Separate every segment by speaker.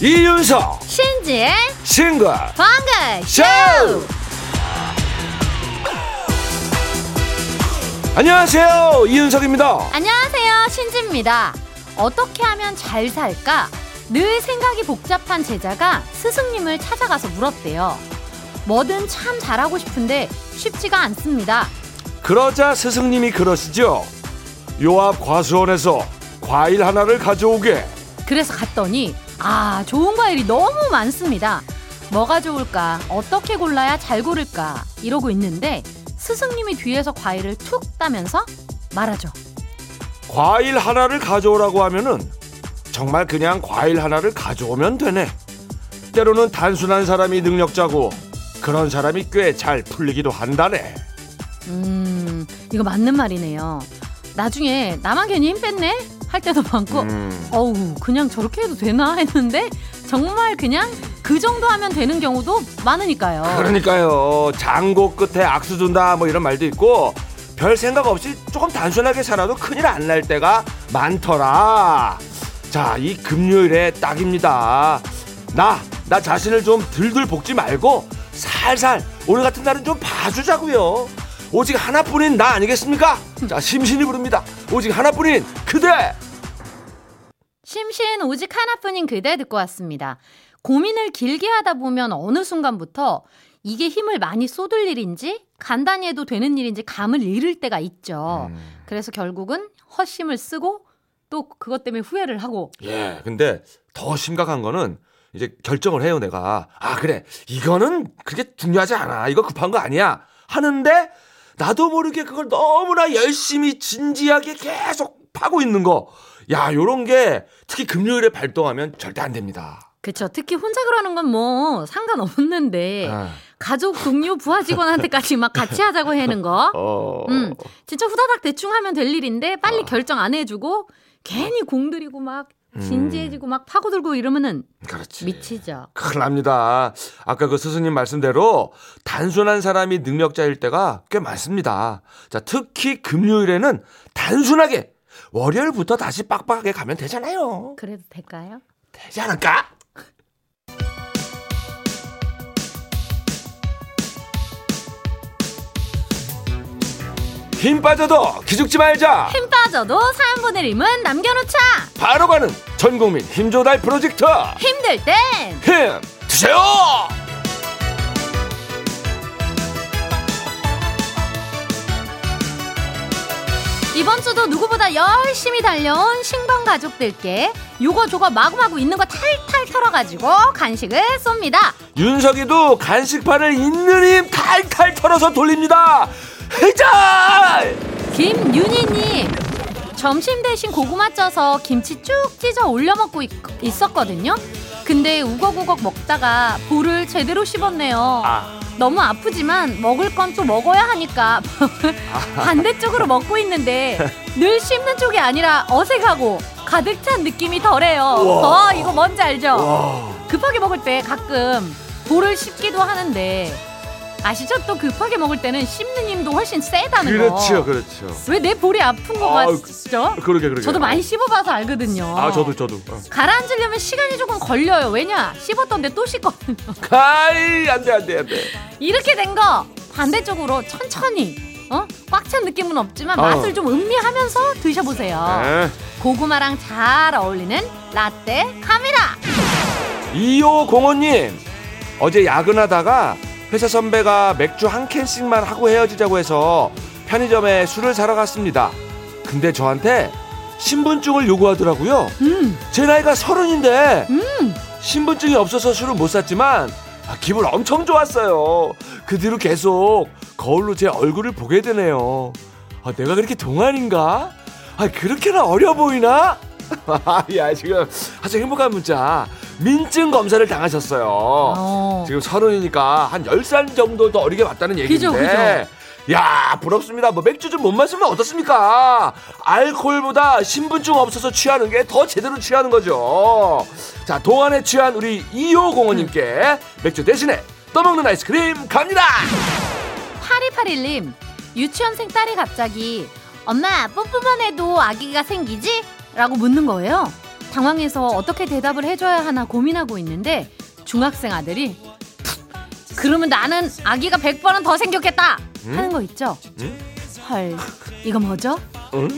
Speaker 1: 이윤석
Speaker 2: 신지의
Speaker 1: 싱글
Speaker 2: 방글쇼
Speaker 1: 쇼 안녕하세요 이윤석입니다
Speaker 2: 안녕하세요 신지입니다 어떻게 하면 잘 살까 늘 생각이 복잡한 제자가 스승님을 찾아가서 물었대요 뭐든 참 잘하고 싶은데 쉽지가 않습니다
Speaker 1: 그러자 스승님이 그러시죠 요 앞 과수원에서 과일 하나를 가져오게
Speaker 2: 그래서 갔더니 아 좋은 과일이 너무 많습니다 뭐가 좋을까 어떻게 골라야 잘 고를까 이러고 있는데 스승님이 뒤에서 과일을 툭 따면서 말하죠
Speaker 1: 과일 하나를 가져오라고 하면은 정말 그냥 과일 하나를 가져오면 되네. 때로는 단순한 사람이 능력자고 그런 사람이 꽤 잘 풀리기도 한다네.
Speaker 2: 음, 이거 맞는 말이네요. 나중에 나만 괜히 힘 뺐네? 할 때도 많고,
Speaker 1: 음,
Speaker 2: 어우, 그냥 저렇게 해도 되나? 했는데, 정말 그냥 그 정도 하면 되는 경우도 많으니까요.
Speaker 1: 그러니까요. 장고 끝에 악수 준다 뭐 이런 말도 있고 별 생각 없이 조금 단순하게 살아도 큰일 안 날 때가 많더라. 자, 이 금요일에 딱입니다. 나, 나 자신을 좀 들들 볶지 말고 살살 오늘 같은 날은 좀 봐주자고요. 오직 하나뿐인 나 아니겠습니까? 자, 심신이 부릅니다. 오직 하나뿐인 그대.
Speaker 2: 심신 오직 하나뿐인 그대 듣고 왔습니다. 고민을 길게 하다 보면 어느 순간부터 이게 힘을 많이 쏟을 일인지 간단히 해도 되는 일인지 감을 잃을 때가 있죠.
Speaker 1: 음.
Speaker 2: 그래서 결국은 헛심을 쓰고 또 그것 때문에 후회를 하고
Speaker 1: 예. 근데 더 심각한 거는 이제 결정을 해요, 내가. 아, 그래. 이거는 그렇게 중요하지 않아. 이거 급한 거 아니야. 하는데 나도 모르게 그걸 너무나 열심히 진지하게 계속 파고 있는 거. 야, 요런 게 특히 금요일에 발동하면 절대 안 됩니다.
Speaker 2: 그쵸. 특히 혼자 그러는 건 뭐 상관없는데
Speaker 1: 아,
Speaker 2: 가족, 동료, 부하 직원한테까지 막 같이 하자고 해는 거.
Speaker 1: 어. 아.
Speaker 2: 음, 진짜 후다닥 대충 하면 될 일인데 빨리 결정 안 해주고 괜히 공들이고 막 진지해지고 막 파고들고 이러면은
Speaker 1: 음. 그렇지.
Speaker 2: 미치죠.
Speaker 1: 큰일 납니다. 아까 그 스승님 말씀대로 단순한 사람이 능력자일 때가 꽤 많습니다. 자, 특히 금요일에는 단순하게 월요일부터 다시 빡빡하게 가면 되잖아요.
Speaker 2: 그래도 될까요?
Speaker 1: 되지 않을까? 힘 빠져도 기죽지 말자.
Speaker 2: 힘 빠져도 사연 보낼 힘은 남겨놓자.
Speaker 1: 바로 가는 전국민 힘조달 프로젝트
Speaker 2: 힘들 땐
Speaker 1: 힘 드세요.
Speaker 2: 이번 주도 누구보다 열심히 달려온 신방 가족들께 요거저거 마구마구 있는 거 탈탈 털어가지고 간식을 쏩니다.
Speaker 1: 윤석이도 간식판을 있는 힘 탈탈 털어서 돌립니다. 해자!
Speaker 2: 김윤희님 점심 대신 고구마 쪄서 김치 쭉 찢어 올려 먹고 있, 었거든요 근데 우걱우걱 먹다가 볼을 제대로 씹었네요.
Speaker 1: 아.
Speaker 2: 너무 아프지만 먹을 건 또 먹어야 하니까
Speaker 1: 아.
Speaker 2: 반대쪽으로 먹고 있는데 늘 씹는 쪽이 아니라 어색하고 가득 찬 느낌이 덜해요.
Speaker 1: 우와.
Speaker 2: 어 이거 뭔지 알죠?
Speaker 1: 와,
Speaker 2: 급하게 먹을 때 가끔 볼을 씹기도 하는데 아시죠? 또 급하게 먹을 때는 씹는 힘도 훨씬 세다는 거.
Speaker 1: 그렇죠, 그렇죠.
Speaker 2: 왜 내 볼이 아픈 거
Speaker 1: 아유,
Speaker 2: 같죠?
Speaker 1: 그러게, 그러게.
Speaker 2: 저도 많이 씹어봐서 알거든요.
Speaker 1: 아, 저도, 저도. 어.
Speaker 2: 가라앉으려면 시간이 조금 걸려요. 왜냐? 씹었던데 또 씹거든요.
Speaker 1: 가이, 안 돼, 안 돼, 안 돼.
Speaker 2: 이렇게 된 거 반대쪽으로 천천히 어? 꽉 찬 느낌은 없지만
Speaker 1: 어.
Speaker 2: 맛을 좀 음미하면서 드셔보세요.
Speaker 1: 네.
Speaker 2: 고구마랑 잘 어울리는 라떼 카메라.
Speaker 1: 2505님 어제 야근하다가 회사 선배가 맥주 한 캔씩만 하고 헤어지자고 해서 편의점에 술을 사러 갔습니다 근데 저한테 신분증을 요구하더라고요
Speaker 2: 음,
Speaker 1: 제 나이가 서른인데
Speaker 2: 음.
Speaker 1: 신분증이 없어서 술을 못 샀지만 아, 기분 엄청 좋았어요 그 뒤로 계속 거울로 제 얼굴을 보게 되네요 아, 내가 그렇게 동안인가? 아, 그렇게나 어려 보이나? 야 지금 아주 행복한 문자 민증 검사를 당하셨어요
Speaker 2: 어.
Speaker 1: 지금 서른이니까 한 열 살 정도 더 어리게 봤다는 얘기인데
Speaker 2: 그죠, 그죠.
Speaker 1: 야 부럽습니다 뭐 맥주 좀 못 마시면 어떻습니까 알코올보다 신분증 없어서 취하는 게 더 제대로 취하는 거죠 자 동안에 취한
Speaker 2: 음.
Speaker 1: 우리 2505님께 맥주 대신에 떠먹는 아이스크림 갑니다
Speaker 2: 8281님, 유치원생 딸이 갑자기 엄마 뽀뽀만 해도 아기가 생기지? 라고 묻는 거예요. 당황해서 어떻게 대답을 해줘야 하나 고민하고 있는데 중학생 아들이 "푸, 그러면 나는 아기가 100번은 더 생겼겠다! 하는 거 있죠?
Speaker 1: 응?
Speaker 2: 헐, 이거 뭐죠?
Speaker 1: 응?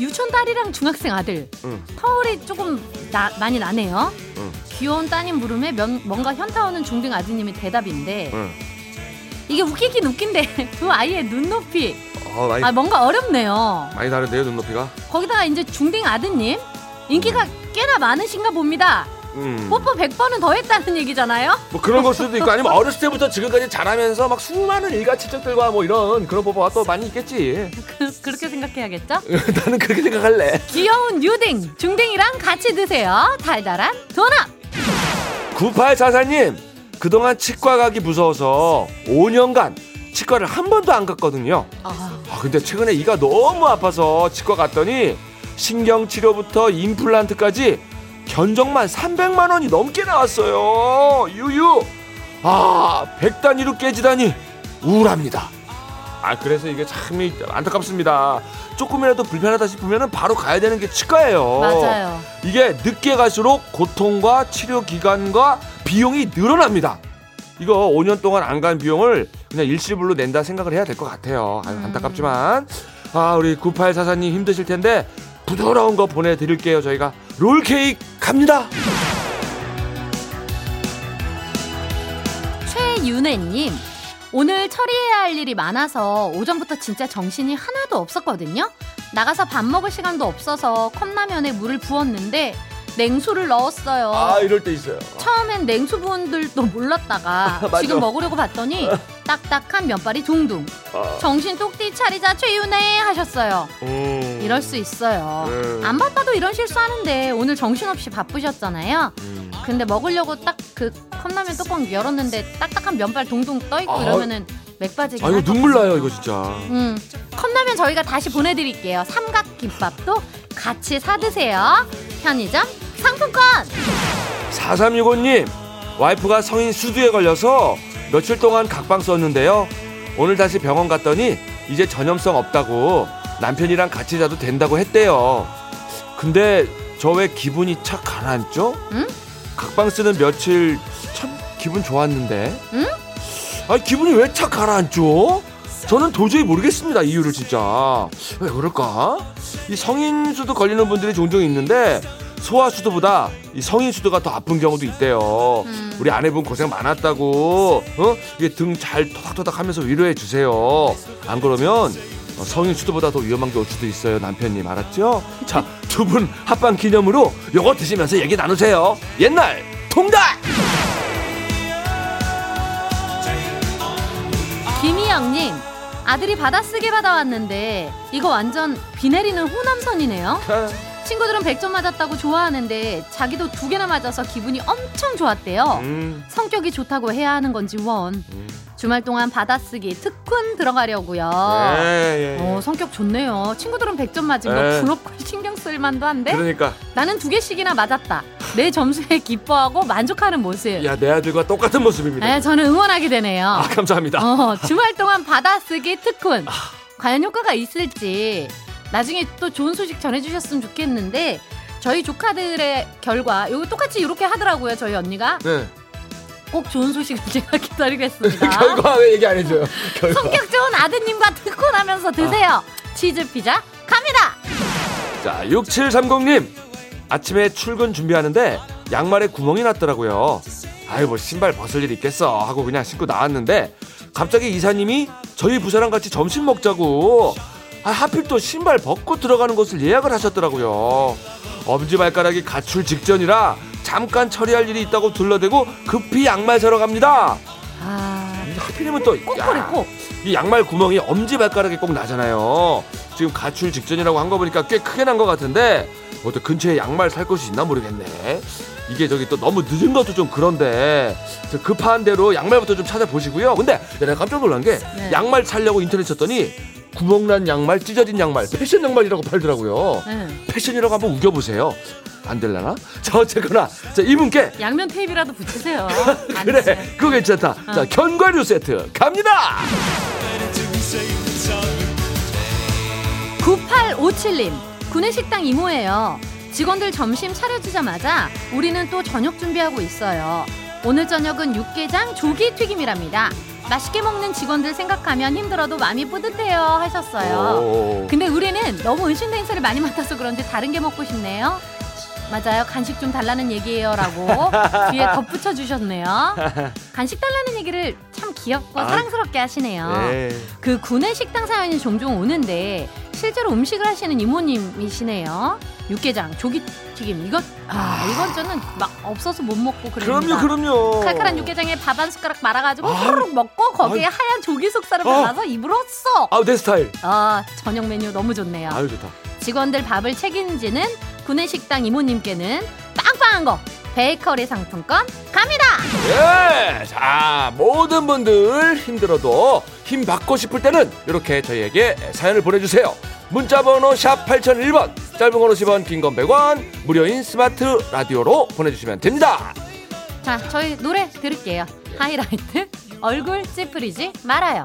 Speaker 2: 유치원 딸이랑 중학생 아들
Speaker 1: 응.
Speaker 2: 터울이 조금 나- 많이 나네요.
Speaker 1: 응.
Speaker 2: 귀여운 따님 물음에 면- 뭔가 현타오는 중등 아드님의 대답인데
Speaker 1: 응.
Speaker 2: 이게 웃기긴 웃긴데 두 아이의 눈높이
Speaker 1: 어, 많이,
Speaker 2: 아 뭔가 어렵네요.
Speaker 1: 많이 다른데요, 눈높이가?
Speaker 2: 거기다가 이제 중등 아드님 인기가 꽤나 많으신가 봅니다.
Speaker 1: 음.
Speaker 2: 뽀뽀 100번은 더 했다는 얘기잖아요.
Speaker 1: 뭐 그런 걸 수도 있고 아니면 어렸을 때부터 지금까지 자라면서 막 수많은 일가 친척들과 뭐 이런 그런 뽀뽀가 또 많이 있겠지.
Speaker 2: 그, 그렇게 생각해야겠죠?
Speaker 1: 나는 그렇게 생각할래.
Speaker 2: 귀여운 유딩 중딩이랑 같이 드세요. 달달한 도넛.
Speaker 1: 9844님, 그동안 치과 가기 무서워서 5년간 치과를 한 번도 안 갔거든요.
Speaker 2: 아,
Speaker 1: 아, 근데 최근에 이가 너무 아파서 치과 갔더니 신경치료부터 임플란트까지 견적만 300만 원이 넘게 나왔어요. 유유. 아, 100단위로 깨지다니 우울합니다. 아, 그래서 이게 참 이- 안타깝습니다. 조금이라도 불편하다 싶으면 바로 가야 되는 게 치과예요.
Speaker 2: 맞아요.
Speaker 1: 이게 늦게 갈수록 고통과 치료 기간과 비용이 늘어납니다. 이거 5년 동안 안 간 비용을 그냥 일시불로 낸다 생각을 해야 될 것 같아요.
Speaker 2: 음.
Speaker 1: 아유, 안타깝지만 아 우리 9844님 힘드실 텐데 부드러운 거 보내드릴게요. 저희가 롤케이크 갑니다.
Speaker 2: 최윤혜님 오늘 처리해야 할 일이 많아서 오전부터 진짜 정신이 하나도 없었거든요. 나가서 밥 먹을 시간도 없어서 컵라면에 물을 부었는데 냉수를 넣었어요.
Speaker 1: 아 이럴 때 있어요.
Speaker 2: 처음엔 냉수 부은 줄도 몰랐다가
Speaker 1: 맞아.
Speaker 2: 지금 먹으려고 봤더니 딱딱한 면발이 둥둥.
Speaker 1: 아,
Speaker 2: 정신 똑띠 차리자 최윤혜 하셨어요.
Speaker 1: 음.
Speaker 2: 이럴 수 있어요.
Speaker 1: 음.
Speaker 2: 안 바빠도 이런 실수하는데 오늘 정신없이 바쁘셨잖아요.
Speaker 1: 음.
Speaker 2: 근데 먹으려고 딱 그 컵라면 뚜껑 열었는데 딱딱한 면발 동동 떠 있고
Speaker 1: 아,
Speaker 2: 이러면은 맥빠지기.
Speaker 1: 아 이거 눈물 나요 이거 진짜.
Speaker 2: 음 컵라면 저희가 다시 보내드릴게요. 삼각김밥도 같이 사 드세요. 편의점 상품권.
Speaker 1: 4365님 와이프가 성인 수두에 걸려서 며칠 동안 각방 썼는데요 오늘 다시 병원 갔더니 이제 전염성 없다고 남편이랑 같이 자도 된다고 했대요 근데 저 왜 기분이 착 가라앉죠?
Speaker 2: 응?
Speaker 1: 각방 쓰는 며칠 참 기분 좋았는데
Speaker 2: 응?
Speaker 1: 아 기분이 왜 착 가라앉죠? 저는 도저히 모르겠습니다 이유를 진짜 왜 그럴까? 이 성인 수도 걸리는 분들이 종종 있는데 소아 수도보다 이 성인 수도가 더 아픈 경우도 있대요.
Speaker 2: 음.
Speaker 1: 우리 아내분 고생 많았다고 어? 이게 등 잘 토닥토닥하면서 위로해 주세요. 안 그러면 어, 성인 수도보다 더 위험한 게 올 수도 있어요 남편님 알았죠? 자 두 분 합방 기념으로 요거 드시면서 얘기 나누세요. 옛날 통닭.
Speaker 2: 김희영님 아들이 받아쓰게 받아왔는데 이거 완전 비 내리는 호남선이네요. 친구들은 100점 맞았다고 좋아하는데 자기도 두 개나 맞아서 기분이 엄청 좋았대요.
Speaker 1: 음,
Speaker 2: 성격이 좋다고 해야 하는 건지 원.
Speaker 1: 음.
Speaker 2: 주말 동안 받아쓰기 특훈 들어가려고요.
Speaker 1: 예, 예, 예.
Speaker 2: 어, 성격 좋네요. 친구들은 100점 맞은 거
Speaker 1: 네.
Speaker 2: 부럽고 신경 쓸 만도 한데
Speaker 1: 그러니까
Speaker 2: 나는 두 개씩이나 맞았다. 내 점수에 기뻐하고 만족하는 모습.
Speaker 1: 야 내 아들과 똑같은 모습입니다.
Speaker 2: 에, 저는 응원하게 되네요.
Speaker 1: 아 감사합니다.
Speaker 2: 네. 어, 주말 동안 받아쓰기 특훈. 과연 효과가 있을지 나중에 또 좋은 소식 전해주셨으면 좋겠는데 저희 조카들의 결과 요 똑같이 이렇게 하더라고요 저희 언니가
Speaker 1: 네.
Speaker 2: 꼭 좋은 소식을 제가 기다리겠습니다.
Speaker 1: 결과 왜 얘기 안 해줘요? 결과.
Speaker 2: 아. 성격 좋은 아드님과 특훈하면서 드세요. 치즈 피자 갑니다.
Speaker 1: 자, 6730님. 아침에 출근 준비하는데 양말에 구멍이 났더라고요. 아이, 뭐 신발 벗을 일 있겠어 하고 그냥 신고 나왔는데 갑자기 이사님이 저희 부사랑 같이 점심 먹자고 아, 하필 또 신발 벗고 들어가는 것을 예약을 하셨더라고요. 엄지발가락이 가출 직전이라 잠깐 처리할 일이 있다고 둘러대고 급히 양말 사러 갑니다.
Speaker 2: 아
Speaker 1: 하필이면 또
Speaker 2: 꼭
Speaker 1: 야.
Speaker 2: 그래 꼭.
Speaker 1: 이 양말 구멍이 엄지발가락에 꼭 나잖아요. 지금 가출 직전이라고 한 거 보니까 꽤 크게 난 것 같은데 어때 근처에 양말 살 곳이 있나 모르겠네. 이게 저기 또 너무 늦은 것도 좀 그런데 저 급한 대로 양말부터 좀 찾아보시고요. 근데 야, 내가 깜짝 놀란 게
Speaker 2: 네.
Speaker 1: 양말 살려고 인터넷 쳤더니 구멍난 양말, 찢어진 양말, 패션 양말이라고 팔더라고요.
Speaker 2: 응.
Speaker 1: 패션이라고 한번 우겨보세요. 안 될라나? 자, 어쨌거나 자, 이분께
Speaker 2: 양면 테이프라도 붙이세요. 어. 안
Speaker 1: 그래,
Speaker 2: 되지.
Speaker 1: 그거 괜찮다. 자, 견과류 세트 갑니다.
Speaker 2: 9857님, 구내식당 이모예요. 직원들 점심 차려주자마자 우리는 또 저녁 준비하고 있어요. 오늘 저녁은 육개장 조기튀김이랍니다. 맛있게 먹는 직원들 생각하면 힘들어도 마음이 뿌듯해요 하셨어요.
Speaker 1: 오.
Speaker 2: 근데 우리는 너무 은신 냄새를 많이 맡아서 그런지 다른 게 먹고 싶네요. 맞아요. 간식 좀 달라는 얘기예요라고 뒤에 덧붙여 주셨네요. 간식 달라는 얘기를 참 귀엽고
Speaker 1: 아.
Speaker 2: 사랑스럽게 하시네요.
Speaker 1: 네.
Speaker 2: 그 군의 식당 사연이 종종 오는데 실제로 음식을 하시는 이모님이시네요. 육개장, 조기튀김 이것 아 이건 저는 막 없어서 못 먹고 그럽니다.
Speaker 1: 그럼요, 그럼요.
Speaker 2: 칼칼한 육개장에 밥 한 숟가락 말아가지고
Speaker 1: 아유.
Speaker 2: 호로록 먹고 거기에 하얀 조기 속살을
Speaker 1: 아.
Speaker 2: 발라서 입으로 쏙.
Speaker 1: 아우, 내 스타일.
Speaker 2: 아 저녁 메뉴 너무 좋네요.
Speaker 1: 아유, 좋다.
Speaker 2: 직원들 밥을 책임지는 군의 식당 이모님께는 빵빵한 거 베이커리 상품권 갑니다.
Speaker 1: 예! 자, 모든 분들 힘들어도 힘 받고 싶을 때는 이렇게 저희에게 사연을 보내주세요. 문자번호 샵 8001번, 짧은 건 50원, 긴 건 100원, 무료인 스마트 라디오로 보내주시면 됩니다.
Speaker 2: 자 저희 노래 들을게요. 하이라이트 얼굴 찌푸리지 말아요.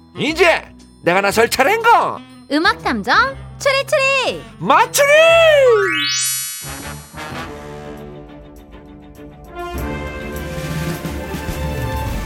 Speaker 1: 이제 내가 나설 차례인가?
Speaker 2: 음악 탐정 추리추리
Speaker 1: 맞추리!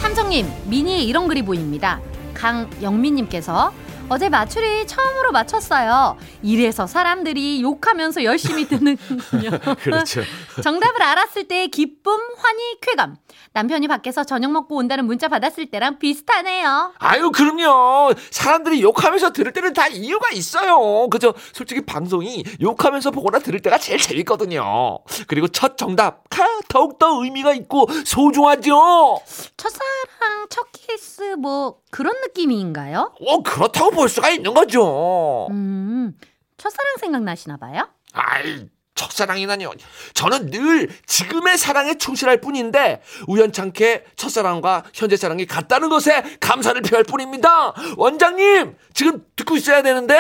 Speaker 2: 탐정님 미니에 이런 글이 보입니다 강영민님께서 어제 마추리 처음으로 맞췄어요 이래서 사람들이 욕하면서 열심히 듣는군요
Speaker 1: 그렇죠.
Speaker 2: 정답을 알았을 때의 기쁨 환희 쾌감 남편이 밖에서 저녁 먹고 온다는 문자 받았을 때랑 비슷하네요
Speaker 1: 아유, 그럼요. 사람들이 욕하면서 들을 때는 다 이유가 있어요. 그죠? 솔직히 방송이 욕하면서 보거나 들을 때가 제일 재밌거든요. 그리고 첫 정답, 카, 더욱더 의미가 있고 소중하죠?
Speaker 2: 첫사랑 첫 키스 뭐 그런 느낌인가요?
Speaker 1: 어, 그렇다고 볼 수가 있는 거죠.
Speaker 2: 음 첫사랑 생각나시나 봐요?
Speaker 1: 아이, 첫사랑이라니요. 저는 늘 지금의 사랑에 충실할 뿐인데 우연찮게 첫사랑과 현재 사랑이 같다는 것에 감사를 표할 뿐입니다. 원장님, 지금 듣고 있어야 되는데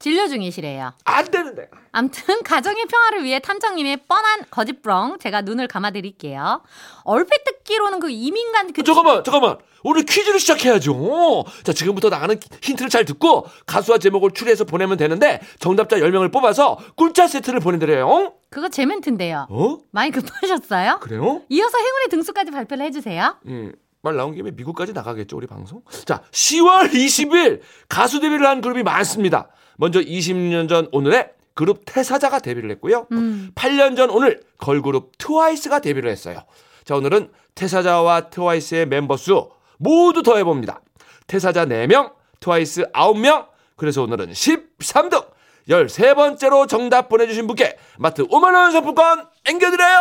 Speaker 2: 진료 중이시래요.
Speaker 1: 안 되는데.
Speaker 2: 암튼 가정의 평화를 위해 탐정님의 뻔한 거짓부렁 제가 눈을 감아드릴게요. 얼핏 듣기로는 그 이민간 그
Speaker 1: 잠깐만, 잠깐만. 오늘 퀴즈를 시작해야죠. 자, 지금부터 나가는 힌트를 잘 듣고 가수와 제목을 추리해서 보내면 되는데 정답자 10명을 뽑아서 꿀차 세트를 보내드려요.
Speaker 2: 그거 제 멘트인데요.
Speaker 1: 어?
Speaker 2: 많이 급하셨어요?
Speaker 1: 그래요?
Speaker 2: 이어서 행운의 등수까지 발표를 해주세요.
Speaker 1: 예, 말 나온 김에 미국까지 나가겠죠 우리 방송. 자, 10월 20일 가수 데뷔를 한 그룹이 많습니다. 먼저 20년 전 오늘의 그룹 태사자가 데뷔를 했고요. 8년 전 오늘 걸그룹 트와이스가 데뷔를 했어요. 자, 오늘은 태사자와 트와이스의 멤버 수 모두 더해 봅니다. 태사자 4명, 트와이스 9명. 그래서 오늘은 13등. 13번째로 정답 보내주신 분께 마트 5만원 상품권 앵겨드려요!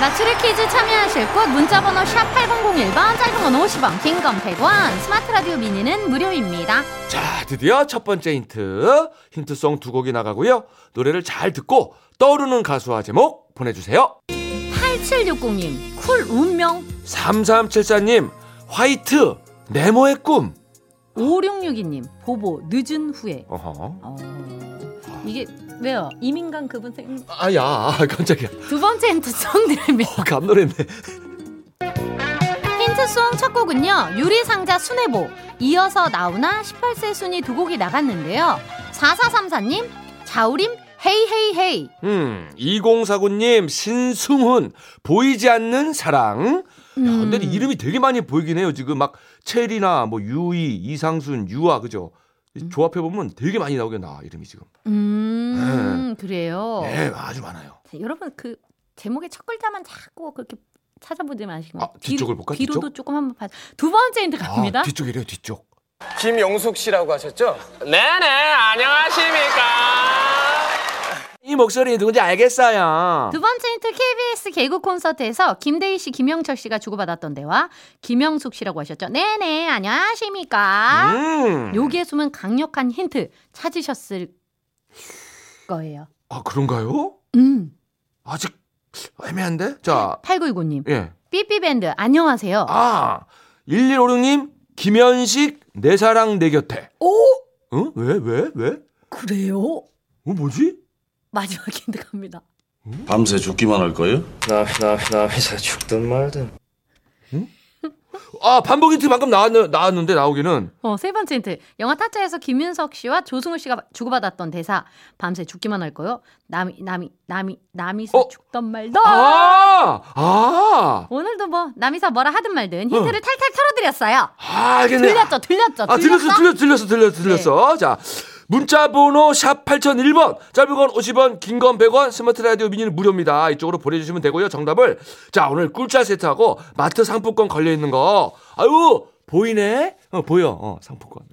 Speaker 2: 마추리 퀴즈 참여하실 곳 문자번호 샵 8001번 짧은 건 50원 긴 건 100원 스마트 라디오 미니는 무료입니다.
Speaker 1: 자, 드디어 첫 번째 힌트. 힌트송 두 곡이 나가고요. 노래를 잘 듣고 떠오르는 가수와 제목 보내주세요.
Speaker 2: 8760님 쿨 운명
Speaker 1: 3374님, 화이트, 네모의 꿈.
Speaker 2: 5662님 보보 늦은 후에
Speaker 1: 어허.
Speaker 2: 어... 이게 왜요? 이민간 그분 생...
Speaker 1: 아, 야, 아, 깜짝이야.
Speaker 2: 두 번째 힌트송 드립니다.
Speaker 1: 어, 감놀했네.
Speaker 2: 힌트송 첫 곡은요. 유리상자 순애보 이어서 나오나 18세 순위 두 곡이 나갔는데요. 4434님 자우림 헤이헤이헤이
Speaker 1: 음, 2049님, 신승훈, 보이지 않는 사랑. 야,
Speaker 2: 음.
Speaker 1: 근데 이름이 되게 많이 보이긴 해요. 지금 막 체리나 뭐 유이, 이상순, 유아, 그죠? 조합해보면 되게 많이 나오게 나, 이름이 지금.
Speaker 2: 음 그래요.
Speaker 1: 네, 아주 많아요.
Speaker 2: 여러분 그 제목의 첫 글자만 자꾸 그렇게 찾아보지 마시고
Speaker 1: 아, 뒤쪽을 볼까?
Speaker 2: 뒤로도
Speaker 1: 뒤쪽?
Speaker 2: 조금 한번 봐. 두 번째 힌트 갑니다.
Speaker 1: 아, 뒤쪽이래요, 뒤쪽.
Speaker 3: 김영숙 씨라고 하셨죠?
Speaker 4: 네네 안녕하십니까
Speaker 1: 이 목소리 누군지 알겠어요.
Speaker 2: 두 번째 힌트 KBS 개그 콘서트에서 김대희 씨, 김영철 씨가 주고받았던 대화 김영숙 씨라고 하셨죠. 네네 안녕하십니까.
Speaker 1: 음.
Speaker 2: 여기에 숨은 강력한 힌트 찾으셨을 거예요.
Speaker 1: 아 그런가요?
Speaker 2: 음.
Speaker 1: 아직 애매한데. 자,
Speaker 2: 8919님
Speaker 1: 예.
Speaker 2: 삐삐밴드 안녕하세요.
Speaker 1: 아 1156님 김현식 내 사랑 내 곁에.
Speaker 2: 오
Speaker 1: 응? 왜? 왜? 왜?
Speaker 2: 그래요?
Speaker 1: 어 뭐지?
Speaker 2: 마지막 힌트 갑니다.
Speaker 3: 밤새 죽기만 할 거예요?
Speaker 4: 나, 나, 나 회사 죽든 말든.
Speaker 1: 아 반복 힌트 방금 나왔는, 나왔는데 나오기는
Speaker 2: 어, 세 번째 힌트. 영화 타짜에서 김윤석 씨와 조승우 씨가 주고받았던 대사. 밤새 죽기만 할 거요. 남이, 남이, 남이, 남이서
Speaker 1: 어?
Speaker 2: 죽던 말도.
Speaker 1: 아! 아!
Speaker 2: 오늘도 뭐, 남이서 뭐라 하든 말든 힌트를 탈탈 털어드렸어요.
Speaker 1: 아, 어. 알겠네.
Speaker 2: 들렸죠, 들렸죠.
Speaker 1: 아, 들렸어, 들렸어, 네. 들렸어, 들렸어, 들렸어. 자, 문자번호 샵 8001번, 짧은 건 50원, 긴 건 100원, 스마트 라디오 미니는 무료입니다. 이쪽으로 보내주시면 되고요, 정답을. 자, 오늘 꿀차 세트하고 마트 상품권 걸려있는 거. 아유, 보이네? 어, 보여. 어, 상품권.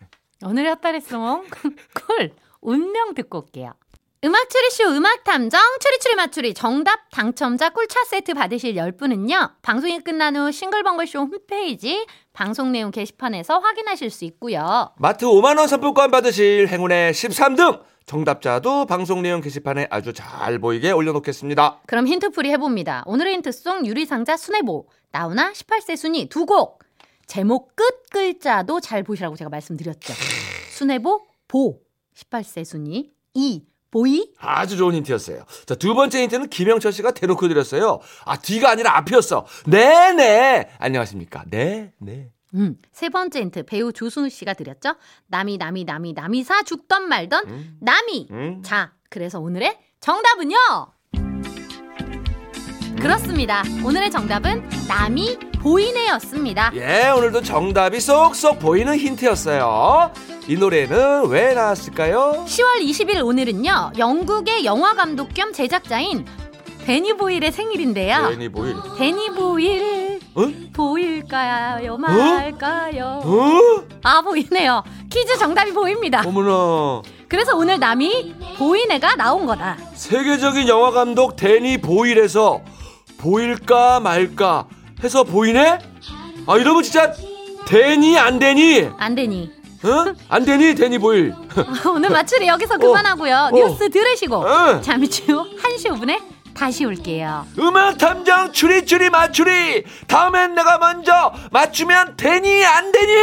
Speaker 2: 오늘의 핫다리송 콜 운명 듣고 올게요. 음악 추리쇼 음악 탐정 추리추리 맞추리 정답 당첨자 꿀차 세트 받으실 10분은요. 방송이 끝난 후 싱글벙글쇼 홈페이지 방송 내용 게시판에서 확인하실 수 있고요.
Speaker 1: 마트 5만원 상품권 받으실 행운의 13등! 정답자도 방송 내용 게시판에 아주 잘 보이게 올려놓겠습니다.
Speaker 2: 그럼 힌트풀이 해봅니다. 오늘의 힌트송 유리상자 순애보 나훈아 18세 순위 두 곡 제목 끝 글자도 잘 보시라고 제가 말씀드렸죠. 순애보 보 18세 순위 이 보이
Speaker 1: 아주 좋은 힌트였어요. 자, 두 번째 힌트는 김영철 씨가 대놓고 드렸어요. 아, 뒤가 아니라 앞이었어. 네네. 안녕하십니까. 네네.
Speaker 2: 음, 세 번째 힌트 배우 조순우 씨가 드렸죠. 남이 남이 남이 남이사 죽던 말던 남이
Speaker 1: 음.
Speaker 2: 자 그래서 오늘의 정답은요. 그렇습니다. 오늘의 정답은 남이 보이네였습니다.
Speaker 1: 예, 오늘도 정답이 쏙쏙 보이는 힌트였어요. 이 노래는 왜 나왔을까요?
Speaker 2: 10월 20일 오늘은요 영국의 영화 감독 겸 제작자인 데니 보일의 생일인데요.
Speaker 1: 괜히 보일. 어?
Speaker 2: 데니 보일
Speaker 1: 응?
Speaker 2: 보일까요 말까요?
Speaker 1: 어?
Speaker 2: 아 보이네요. 퀴즈 정답이 보입니다.
Speaker 1: 어머나.
Speaker 2: 그래서 오늘 남이 보이네가 나온 거다.
Speaker 1: 세계적인 영화 감독 데니 보일에서 보일까 말까 해서 보이네? 아, 이러면 진짜 데니 안 데니?
Speaker 2: 안 되니
Speaker 1: 응? 안 데니 데니 보일.
Speaker 2: 오늘 마추리 여기서 그만하고요. 뉴스 들으시고
Speaker 1: 어. 응.
Speaker 2: 잠시 후 1시 5분에 다시 올게요.
Speaker 1: 음악 탐정 추리추리 맞추리 다음엔 내가 먼저 맞추면 되니 안 되니